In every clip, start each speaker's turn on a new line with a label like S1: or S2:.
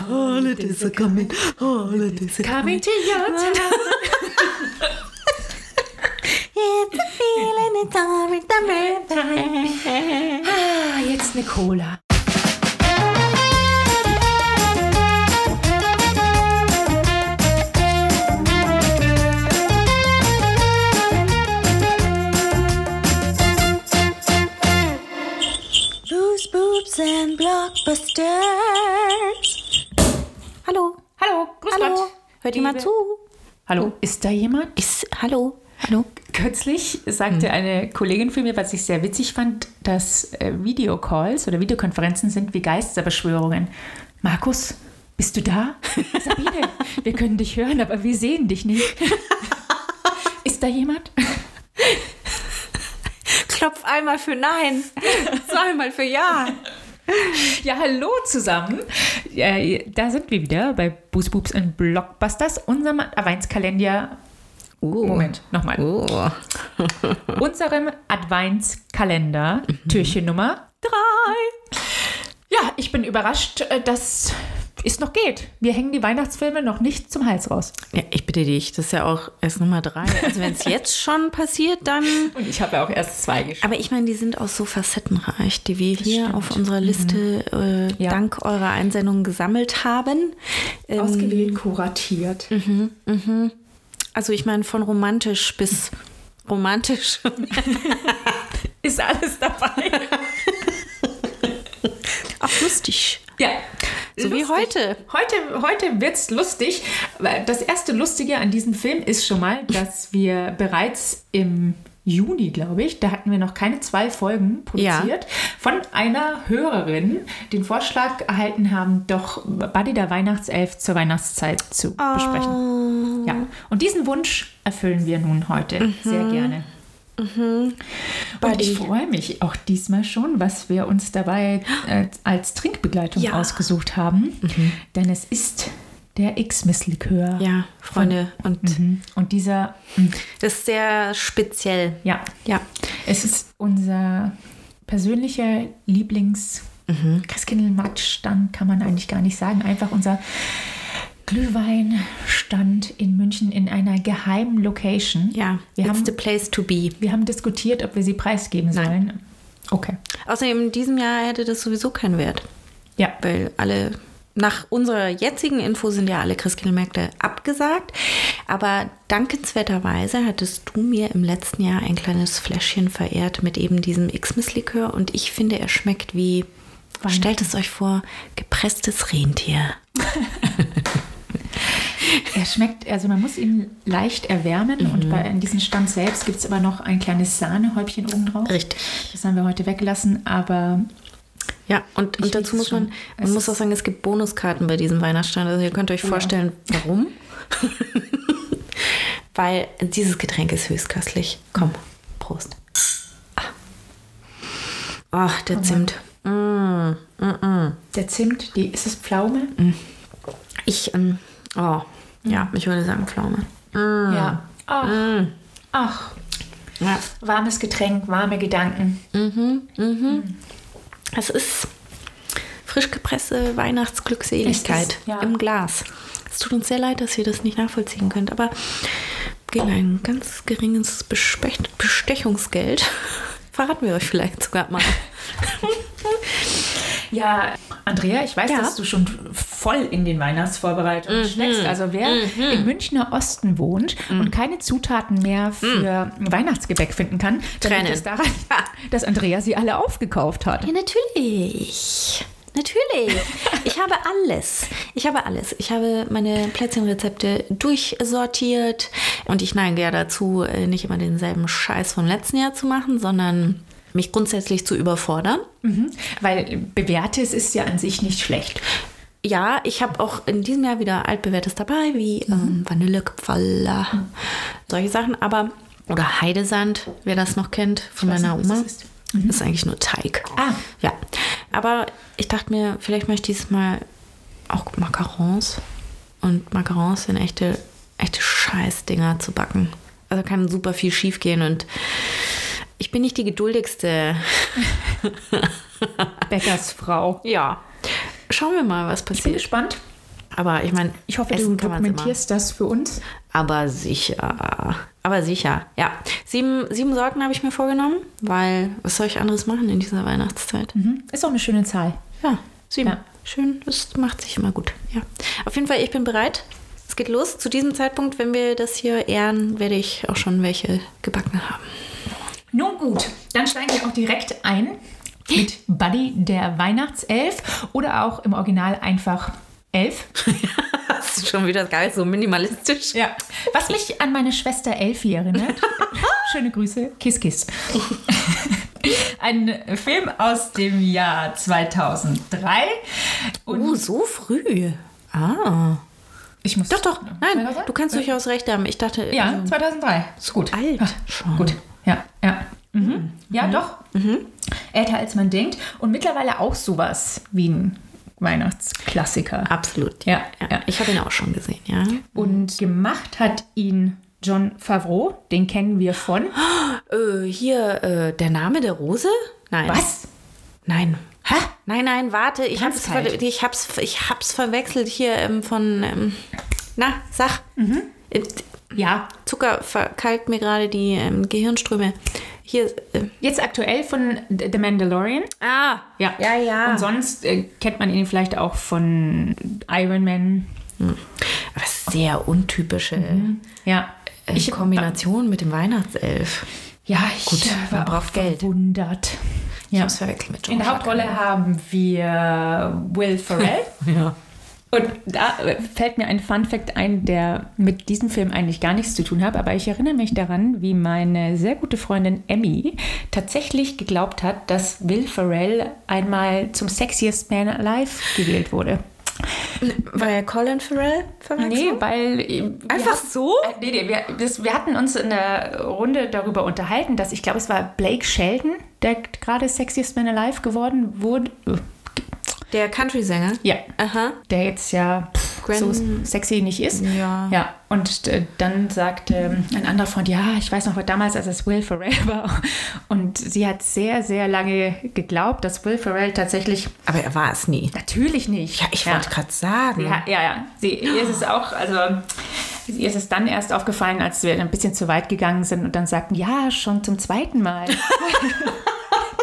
S1: Holidays are coming, holidays are
S2: Coming to you.
S3: It's a feeling, it's alright, it's alright.
S2: Ah, jetzt eine Cola.
S3: Booze, boobs and blockbusters. Hallo,
S2: Hallo, grüß
S3: hallo.
S2: Gott.
S3: Hört jemand
S2: Liebe-
S3: zu?
S2: Hallo, ist Hm. da jemand?
S3: Ist, hallo, hallo.
S2: Kürzlich sagte eine Kollegin von mir, was ich sehr witzig fand, dass äh, Videocalls oder Videokonferenzen sind wie Geisterbeschwörungen. Markus, bist du da? Sabine, wir können dich hören, aber wir sehen dich nicht. Ist da jemand?
S3: Klopf einmal für Nein, zweimal für Ja.
S2: Ja, hallo zusammen. Äh, da sind wir wieder bei Boos Boobs and Blockbusters, unserem Adventskalender.
S3: Uh.
S2: Moment, nochmal.
S3: Oh.
S2: unserem Adventskalender, Türchen Nummer 3. Ja, ich bin überrascht, äh, dass es noch geht. Wir hängen die Weihnachtsfilme noch nicht zum Hals raus.
S3: Ja, ich bitte dich, das ist ja auch erst Nummer drei. Also wenn es jetzt schon passiert, dann.
S2: Und ich habe ja auch erst zwei geschrieben.
S3: Aber ich meine, die sind auch so facettenreich, die wir hier
S2: stimmt.
S3: auf unserer Liste äh,
S2: Ja.
S3: dank eurer Einsendungen gesammelt haben. Ähm,
S2: Ausgewählt, kuratiert.
S3: also ich meine, von romantisch bis romantisch.
S2: Ist alles dabei.
S3: Auch lustig.
S2: ja.
S3: So wie heute.
S2: Heute, heute wird es lustig. weil Das erste Lustige an diesem Film ist schon mal, dass wir bereits im Juni, glaube ich, da hatten wir noch keine zwei Folgen produziert, von einer Hörerin den Vorschlag erhalten haben, doch Buddy der Weihnachtself zur Weihnachtszeit zu besprechen.
S3: Mhm.
S2: Ja. Und diesen Wunsch erfüllen wir nun heute sehr gerne.
S3: Mhm.
S2: Und ich freue mich auch diesmal schon, was wir uns dabei äh, als Trinkbegleitung
S3: Ja. Mhm.
S2: ausgesucht haben. Denn es ist der X-Miss-Likör.
S3: Ja, Hm. Freunde. Und
S2: Mhm. Und dieser, mhm.
S3: das ist sehr speziell.
S2: ja,
S3: Ja.
S2: es ist unser persönlicher Lieblings-
S3: Mhm.
S2: Christkindlmarktstand kann man eigentlich gar nicht sagen. Einfach unser Glühweinstand in München in einer geheimen Location.
S3: Ja.
S2: wir
S3: It's
S2: haben,
S3: the place to be.
S2: wir haben diskutiert, ob wir sie preisgeben sollen. Okay.
S3: Außerdem in diesem Jahr hätte das sowieso keinen Wert.
S2: Ja.
S3: weil alle nach unserer jetzigen Info sind ja alle Christkindlmärkte abgesagt. Aber dankenswerterweise hattest du mir im letzten Jahr ein kleines Fläschchen verehrt mit eben diesem X-Miss-Likör und ich finde, er schmeckt wie, stellt es euch vor, gepresstes Rentier.
S2: Er schmeckt, also man muss ihn leicht erwärmen und bei in diesem Stand selbst gibt es aber noch ein kleines Sahnehäubchen oben drauf.
S3: Richtig.
S2: Das haben wir heute weggelassen, aber
S3: Ja, und,
S2: Ich
S3: und dazu
S2: riech's
S3: muss man,
S2: schon.
S3: man
S2: Es Genau.
S3: muss auch sagen, es gibt Bonuskarten bei diesem Weihnachtsstand. Also ihr könnt euch vorstellen, warum. Weil dieses Getränk ist höchstköstlich. Komm, Prost. Ah. Ach, der Zimt.
S2: der Zimt, die, ist es Pflaume?
S3: Ich, ähm, oh, ja, ich würde sagen Pflaume.
S2: Ja. Ach, ach,
S3: Ja.
S2: warmes Getränk, warme Gedanken.
S3: Es ist frisch gepresste Weihnachtsglückseligkeit
S2: Es ist, ja.
S3: im Glas. Es tut uns sehr leid, dass ihr das nicht nachvollziehen könnt, aber gegen ein ganz geringes Bespe- Bestechungsgeld verraten wir euch vielleicht sogar mal.
S2: Ja, Andrea, ich weiß,
S3: Ja. Mhm.
S2: dass du schon voll in den Weihnachtsvorbereitungen steckst. Also wer im Münchner Osten wohnt und keine Zutaten mehr für Weihnachtsgebäck finden kann, dann liegt
S3: Mhm. Tränen.
S2: es daran, dass Andrea sie alle aufgekauft hat.
S3: Ja, natürlich. Natürlich. Ich habe alles. Ich habe alles. Ich habe meine Plätzchenrezepte durchsortiert und ich neige ja dazu, äh, nicht immer denselben Scheiß vom letzten Jahr zu machen, sondern mich grundsätzlich zu überfordern.
S2: Mhm. Weil bewährtes ist ja an sich nicht schlecht.
S3: Ja, ich habe auch in diesem Jahr wieder altbewährtes dabei, wie ähm,
S2: Mhm.
S3: Vanillekpfaller, solche Sachen, aber oder Heidesand, wer das noch kennt von
S2: Ich weiß
S3: meiner
S2: nicht, was
S3: Oma.
S2: das ist. Mhm.
S3: Ist. eigentlich nur Teig.
S2: Ah.
S3: Ja. Aber ich dachte mir, vielleicht mache ich dieses Mal auch Macarons. Und Macarons sind echte, echte Scheißdinger zu backen. Also kann super viel schief gehen und ich bin nicht die geduldigste.
S2: Bäckersfrau.
S3: Ja. Schauen wir mal, was
S2: Bin
S3: passiert.
S2: gespannt.
S3: Aber ich meine,
S2: Ich hoffe,
S3: essen
S2: du
S3: kann man's immer.
S2: dokumentierst das für uns.
S3: Aber sicher. Aber sicher, ja. Sieben, sieben Sorten habe ich mir vorgenommen, weil was soll ich anderes machen in dieser Weihnachtszeit?
S2: Mhm. Ist auch eine schöne Zahl.
S3: Ja, sieben.
S2: Ja.
S3: Schön, das macht sich immer gut. Ja. Auf jeden Fall, ich bin bereit. Es geht los. Zu diesem Zeitpunkt, wenn wir das hier ehren, werde ich auch schon welche gebacken haben.
S2: Nun gut, dann steigen wir auch direkt ein mit Buddy der Weihnachtself oder auch im Original einfach Elf.
S3: Das ist schon wieder geil, so minimalistisch.
S2: Ja. Was mich an meine Schwester Elfie erinnert. Schöne Grüße. Kiss, kiss. Ein Film aus dem Jahr 2003. Und
S3: Uh, so früh. Ah.
S2: ich muss
S3: Doch, doch. Nein,
S2: 2003?
S3: du kannst durchaus recht haben. Ich dachte,
S2: Ja, 2003. Ist gut.
S3: Also Alt schon. Mhm.
S2: Gut. Ja, ja. Mhm. Ja, doch. Älter als man denkt. Und mittlerweile auch sowas wie ein Weihnachtsklassiker.
S3: absolut.
S2: Ja, ja.
S3: Ich habe ihn auch schon gesehen, ja.
S2: Und gemacht hat ihn John Favreau. Den kennen wir von.
S3: Äh, hier, äh, der Name der Rose? Nein.
S2: Was?
S3: Nein. halt. Hä? Nein, nein, warte, ich hab's,
S2: Tanzzeit.
S3: ver ich hab's, ich hab's verwechselt hier ähm, von, ähm, na, sag, Äh,
S2: Ja.
S3: Zucker verkalkt mir gerade die ähm, Gehirnströme. Hier, äh,
S2: Jetzt aktuell von The Mandalorian.
S3: ah,
S2: Ja.
S3: ja, ja.
S2: Und sonst äh, kennt man ihn vielleicht auch von Iron Man.
S3: Aber sehr untypische
S2: Ja.
S3: äh, Kombination mit dem Weihnachtself.
S2: Ja, ich Gut,
S3: man
S2: war
S3: braucht
S2: auch
S3: Geld.
S2: verwundert.
S3: Ich
S2: Ja.
S3: hab's verwechselt mit
S2: In der Hauptrolle haben wir Will Ferrell.
S3: Ja.
S2: Und da äh, fällt mir ein Fun Fact ein, der mit diesem Film eigentlich gar nichts zu tun hat, aber ich erinnere mich daran, wie meine sehr gute Freundin Emmy tatsächlich geglaubt hat, dass Will Ferrell einmal zum Sexiest Man Alive gewählt wurde.
S3: Weil Colin Farrell
S2: Nee,
S3: verwechselt?
S2: weil... äh, wir
S3: Einfach
S2: hatten-
S3: so?
S2: Äh, Nee, nee, wir, das, wir hatten uns in der Runde darüber unterhalten, dass ich glaube, es war Blake Shelton, der gerade Sexiest Man Alive geworden wurde. äh,
S3: Der Country-Sänger?
S2: Ja,
S3: Aha.
S2: der jetzt ja pff,
S3: Gwen-
S2: so sexy nicht ist.
S3: Ja.
S2: Ja, und äh, dann sagt ähm, ein anderer Freund, ja, ich weiß noch, damals, als es Will Ferrell war. Und sie hat sehr, sehr lange geglaubt, dass Will Ferrell tatsächlich
S3: Aber er war es nie.
S2: natürlich nicht.
S3: Ja, ich wollte gerade sagen.
S2: Ja, ja, ja. Sie, ihr ist es auch, also ihr ist es dann erst aufgefallen, als wir ein bisschen zu weit gegangen sind und dann sagten, ja, schon zum zweiten Mal.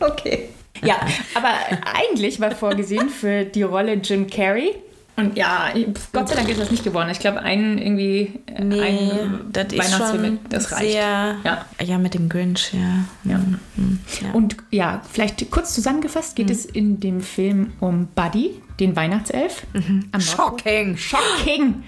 S3: Okay.
S2: ja, aber eigentlich war vorgesehen für die Rolle Jim Carrey. Und ja, pf, Gott sei Dank ist das nicht geworden. Ich glaube, einen irgendwie äh, einen
S3: das ist
S2: Weihnachtsfilm,
S3: schon
S2: das reicht.
S3: Sehr,
S2: Ja.
S3: ja. mit dem Grinch, ja. Mhm.
S2: Ja.
S3: Ja.
S2: Und ja, vielleicht kurz zusammengefasst
S3: Hm.
S2: geht es in dem Film um Buddy, den Weihnachtself. Am Nordpol.
S3: Shocking.
S2: Shocking!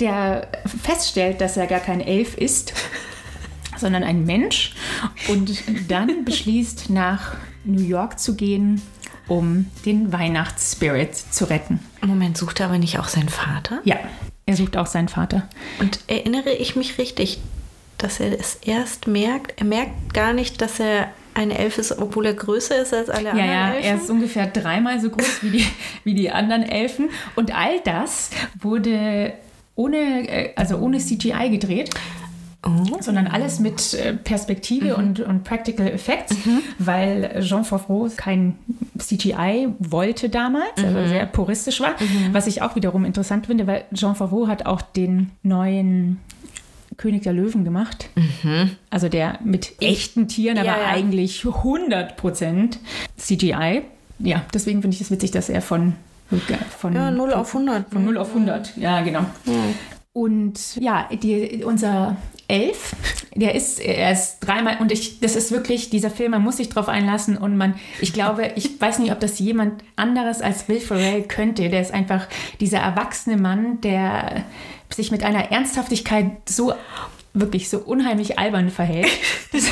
S2: Der feststellt, dass er gar kein Elf ist, sondern ein Mensch. Und dann beschließt, nach New York zu gehen, um den Weihnachtsspirit zu retten.
S3: Moment, sucht er aber nicht auch seinen Vater?
S2: Ja, er sucht auch seinen Vater.
S3: Und erinnere ich mich richtig, dass er es erst merkt? Er merkt gar nicht, dass er eine Elf ist, obwohl er größer ist als alle
S2: Ja,
S3: anderen
S2: ja,
S3: Elfen?
S2: er ist ungefähr dreimal so groß wie die, wie die anderen Elfen. Und all das wurde ohne, äh, also ohne CGI gedreht,
S3: Oh. Mhm.
S2: sondern alles mit äh, Perspektive und, und Practical Effects, weil Jean Favreau kein CGI wollte damals,
S3: Mhm.
S2: also sehr puristisch war. Was ich auch wiederum interessant finde, weil Jean Favreau hat auch den neuen König der Löwen gemacht. Also der mit echten Tieren, aber
S3: Mhm. Ja, ja.
S2: eigentlich 100% CGI. Ja, deswegen finde ich es witzig, dass er von, von
S3: Ja, 0 auf 100.
S2: von 0 auf 100, ja, genau. Und ja, die, unser Elf, der ist, er ist dreimal, und ich, das ist wirklich, dieser Film, man muss sich drauf einlassen und man, ich glaube, ich weiß nicht, ob das jemand anderes als Will Ferrell könnte. Der ist einfach dieser erwachsene Mann, der sich mit einer Ernsthaftigkeit so, wirklich so unheimlich albern verhält. Das,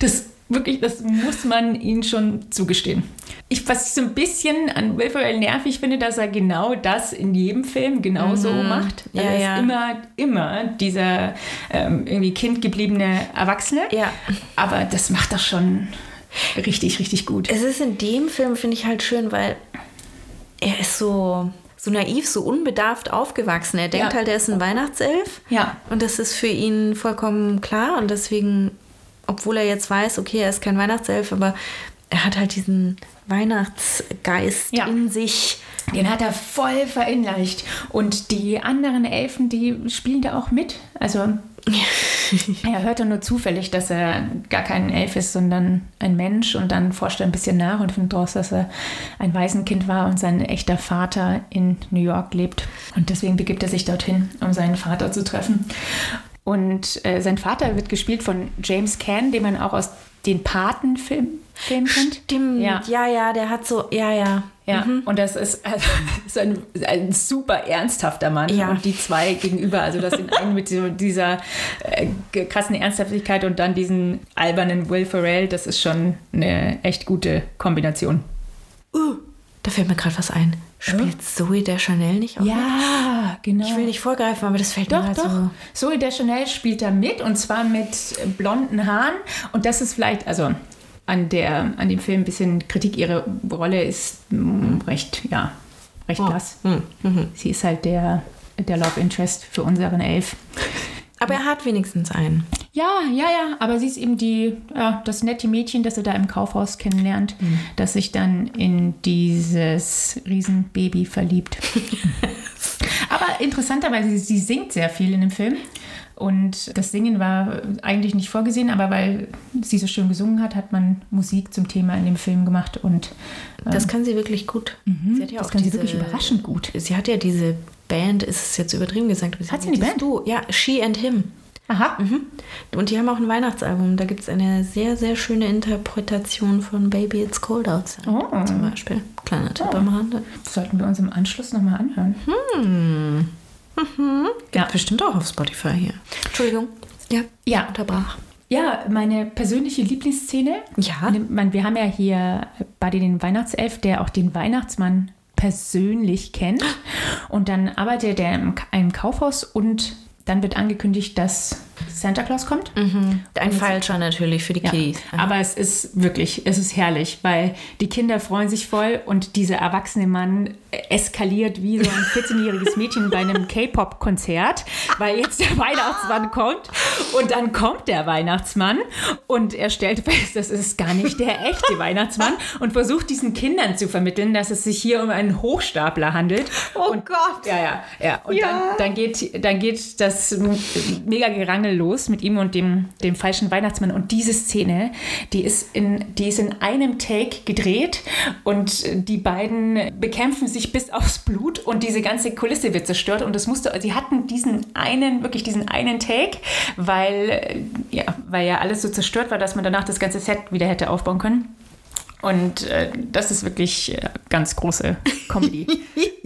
S2: das wirklich, das
S3: Mhm.
S2: muss man ihnen schon zugestehen. Ich, was ich so ein bisschen an Will Ferrell nervig finde, dass er genau das in jedem Film genauso macht. Weil
S3: Mhm. Ja,
S2: er ist
S3: ja.
S2: immer, immer dieser ähm, irgendwie Kind gebliebene Erwachsene.
S3: Ja.
S2: Aber das macht er schon richtig, richtig gut.
S3: Es ist in dem Film, finde ich halt schön, weil er ist so, so naiv, so unbedarft aufgewachsen. Er denkt
S2: Ja.
S3: halt, er ist ein Weihnachtself.
S2: Ja.
S3: Und das ist für ihn vollkommen klar. Und deswegen, obwohl er jetzt weiß, okay, er ist kein Weihnachtself, aber er hat halt diesen Weihnachtsgeist
S2: Ja.
S3: in sich.
S2: Den hat er voll verinnerlicht. Und die anderen Elfen, die spielen da auch mit. Also er hört dann nur zufällig, dass er gar kein Elf ist, sondern ein Mensch. Und dann forscht er ein bisschen nach und findet raus, dass er ein Waisenkind war und sein echter Vater in New York lebt. Und deswegen begibt er sich dorthin, um seinen Vater zu treffen. Und äh, sein Vater wird gespielt von James Caan, den man auch aus den Patenfilmen kennt.
S3: Stimmt, ja. ja, der hat so, ja, ja.
S2: Ja,
S3: Mhm.
S2: und das ist, also, ist ein, ein super ernsthafter Mann.
S3: Ja.
S2: Und die zwei gegenüber, also das sind einen mit so dieser äh, ge- krassen Ernsthaftigkeit und dann diesen albernen Will Ferrell, das ist schon eine echt gute Kombination.
S3: Uh, da fällt mir gerade was ein. Spielt Zoe der Chanel nicht auch? mit?
S2: Hm? Ja, genau.
S3: Ich will nicht vorgreifen, aber das fällt
S2: Doch,
S3: mir halt
S2: doch.
S3: so.
S2: Zoe Deschanel spielt da mit und zwar mit äh, blonden Haaren. Und das ist vielleicht, also an, der, an dem Film ein bisschen Kritik. Ihre Rolle ist mm, recht, ja, recht
S3: Oh.
S2: blass.
S3: Hm,
S2: Sie ist halt der, der Love Interest für unseren Elf.
S3: Aber er hat wenigstens einen.
S2: Ja, ja, ja, aber sie ist eben die, ja, das nette Mädchen, das er da im Kaufhaus kennenlernt, das sich dann in dieses Riesenbaby verliebt. aber interessanterweise, sie- sie singt sehr viel in dem Film. Und das Singen war eigentlich nicht vorgesehen, aber weil sie so schön gesungen hat, hat man Musik zum Thema in dem Film gemacht. Und äh,
S3: Das kann sie wirklich gut. Sie hat ja
S2: Ähm. Mhm. das
S3: auch
S2: kann sie
S3: diese-
S2: wirklich überraschend gut.
S3: Sie hat ja diese Band, ist es jetzt übertrieben gesagt.
S2: Hat sie eine Band?
S3: Du, ja, She and Him.
S2: Aha.
S3: Mhm. Und die haben auch ein Weihnachtsalbum. Da gibt es eine sehr, sehr schöne Interpretation von Baby It's Cold Outside
S2: Oh.
S3: zum Beispiel. Kleiner Tipp am Rande.
S2: Das sollten wir uns im Anschluss nochmal anhören. Ja.
S3: Bestimmt auch auf Spotify hier. Entschuldigung. Ja,
S2: Ja,
S3: unterbrach.
S2: Ja, meine persönliche Lieblingsszene.
S3: Ja.
S2: Ne- Man, wir haben ja hier Buddy den Weihnachtself, der auch den Weihnachtsmann persönlich kennt. Und dann arbeitet er im, Ka- einem Kaufhaus und dann wird angekündigt, dass Santa Claus kommt.
S3: Mhm. Ein falscher natürlich für die
S2: Ja.
S3: Kiddies.
S2: Aber es ist wirklich, es ist herrlich, weil die Kinder freuen sich voll und dieser erwachsene Mann eskaliert wie so ein 14-jähriges Mädchen bei einem K-Pop-Konzert, weil jetzt der Weihnachtsmann kommt und dann kommt der Weihnachtsmann und er stellt fest, das ist gar nicht der echte Weihnachtsmann und versucht diesen Kindern zu vermitteln, dass es sich hier um einen Hochstapler handelt.
S3: Oh
S2: und,
S3: Gott.
S2: Ja, ja, ja. Und
S3: Ja.
S2: Dann, dann geht, dann geht das mega Gerangel los mit ihm und dem, dem falschen Weihnachtsmann. Und diese Szene, die ist, in, die ist in einem Take gedreht und die beiden bekämpfen sich bis aufs Blut und diese ganze Kulisse wird zerstört. Und das musste, sie hatten diesen einen, wirklich diesen einen Take, weil ja, weil ja alles so zerstört war, dass man danach das ganze Set wieder hätte aufbauen können. Und äh, das ist wirklich äh, ganz große Comedy.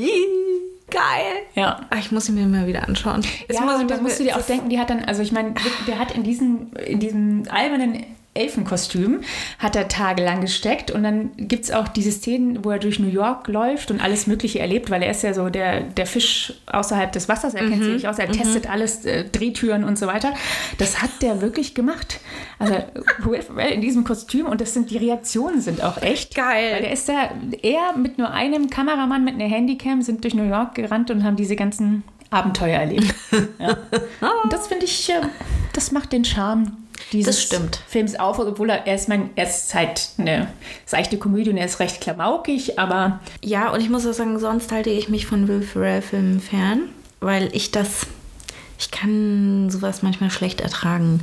S3: Geil.
S2: ja.
S3: Ach, Ah, ich muss ihn mir mal wieder anschauen. Es
S2: Ja,
S3: muss-
S2: und dann musst du dir auch denken, die hat dann, also ich meine, der hat in diesem, in diesem albernen Elfenkostüm, hat er tagelang gesteckt und dann gibt es auch diese Szenen, wo er durch New York läuft und alles Mögliche erlebt, weil er ist ja so der, der Fisch außerhalb des Wassers, er kennt sich nicht aus, er testet alles, äh, Drehtüren und so weiter. Das hat der wirklich gemacht. Also Will Ferrell in diesem Kostüm und das sind, die Reaktionen sind auch echt.
S3: Geil.
S2: Weil der ist ja, er mit nur einem Kameramann mit einer Handycam sind durch New York gerannt und haben diese ganzen Abenteuer erlebt. Und das finde ich, äh, das macht den Charme dieses
S3: Das stimmt.
S2: Films auf, obwohl er, er ist, mein, er ist halt eine seichte Komödie und er ist recht klamaukig, aber
S3: Ja, und ich muss auch sagen, sonst halte ich mich von Will Ferrell-Filmen fern, weil ich das, ich kann sowas manchmal schlecht ertragen.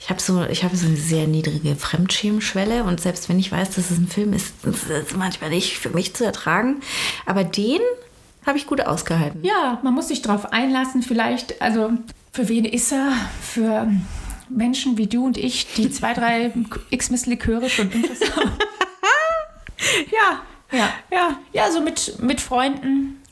S3: Ich habe so, ich habe so eine sehr niedrige Fremdschirmschwelle und selbst wenn ich weiß, dass es ein Film ist, ist es manchmal nicht für mich zu ertragen. Aber den habe ich gut ausgehalten.
S2: ja, man muss sich drauf einlassen vielleicht. Also für wen ist er? Für Menschen wie du und ich, die zwei, drei X-Miss-Liköre schon intus haben.
S3: Ja,
S2: Ja, ja, ja, so mit, mit Freunden.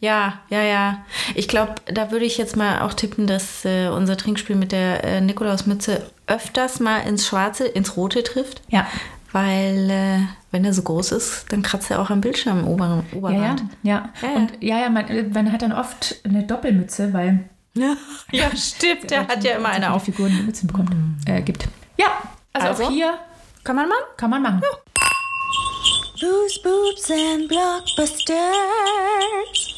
S3: Ja, ja, ja. Ich glaube, da würde ich jetzt mal auch tippen, dass äh, unser Trinkspiel mit der äh, Nikolausmütze öfters mal ins Schwarze, ins Rote trifft.
S2: Ja.
S3: Weil, äh, wenn er so groß ist, dann kratzt er auch am Bildschirm am oberen
S2: Ja,
S3: Oberrand. Ja,
S2: ja, ja.
S3: ja.
S2: Und ja, ja, man, man hat dann oft eine Doppelmütze, weil
S3: Ja, ja stimmt. Der
S2: Genau.
S3: hat ja immer
S2: man
S3: eine
S2: auch
S3: auf.
S2: Figuren die Mützen bekommt, äh, gibt. Ja, also,
S3: Also?
S2: auch hier
S3: Kann man mal?
S2: kann man machen.
S4: Booze, boobs, and blockbusters.